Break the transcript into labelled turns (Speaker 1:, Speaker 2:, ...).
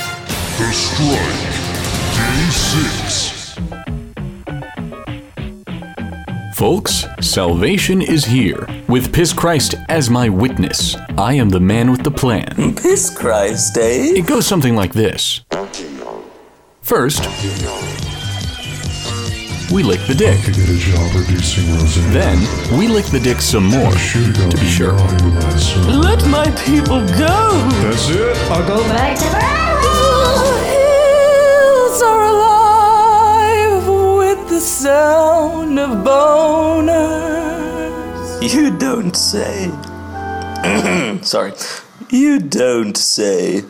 Speaker 1: Sucker Strike, Day 6.
Speaker 2: Folks, salvation is here. With Piss Christ as my witness, I am the man with the plan.
Speaker 3: Piss Christ, eh?
Speaker 2: It goes something like this First, we lick the dick.
Speaker 1: To get a job reducing Roseanne.
Speaker 2: Then, we lick the dick some more.
Speaker 1: Should've gone
Speaker 2: To be sure.
Speaker 1: naughty last summer.
Speaker 3: Let my people go!
Speaker 1: That's it. I got
Speaker 4: back to
Speaker 3: Hills are alive with the sound of boners. You don't say. Sorry. You don't say.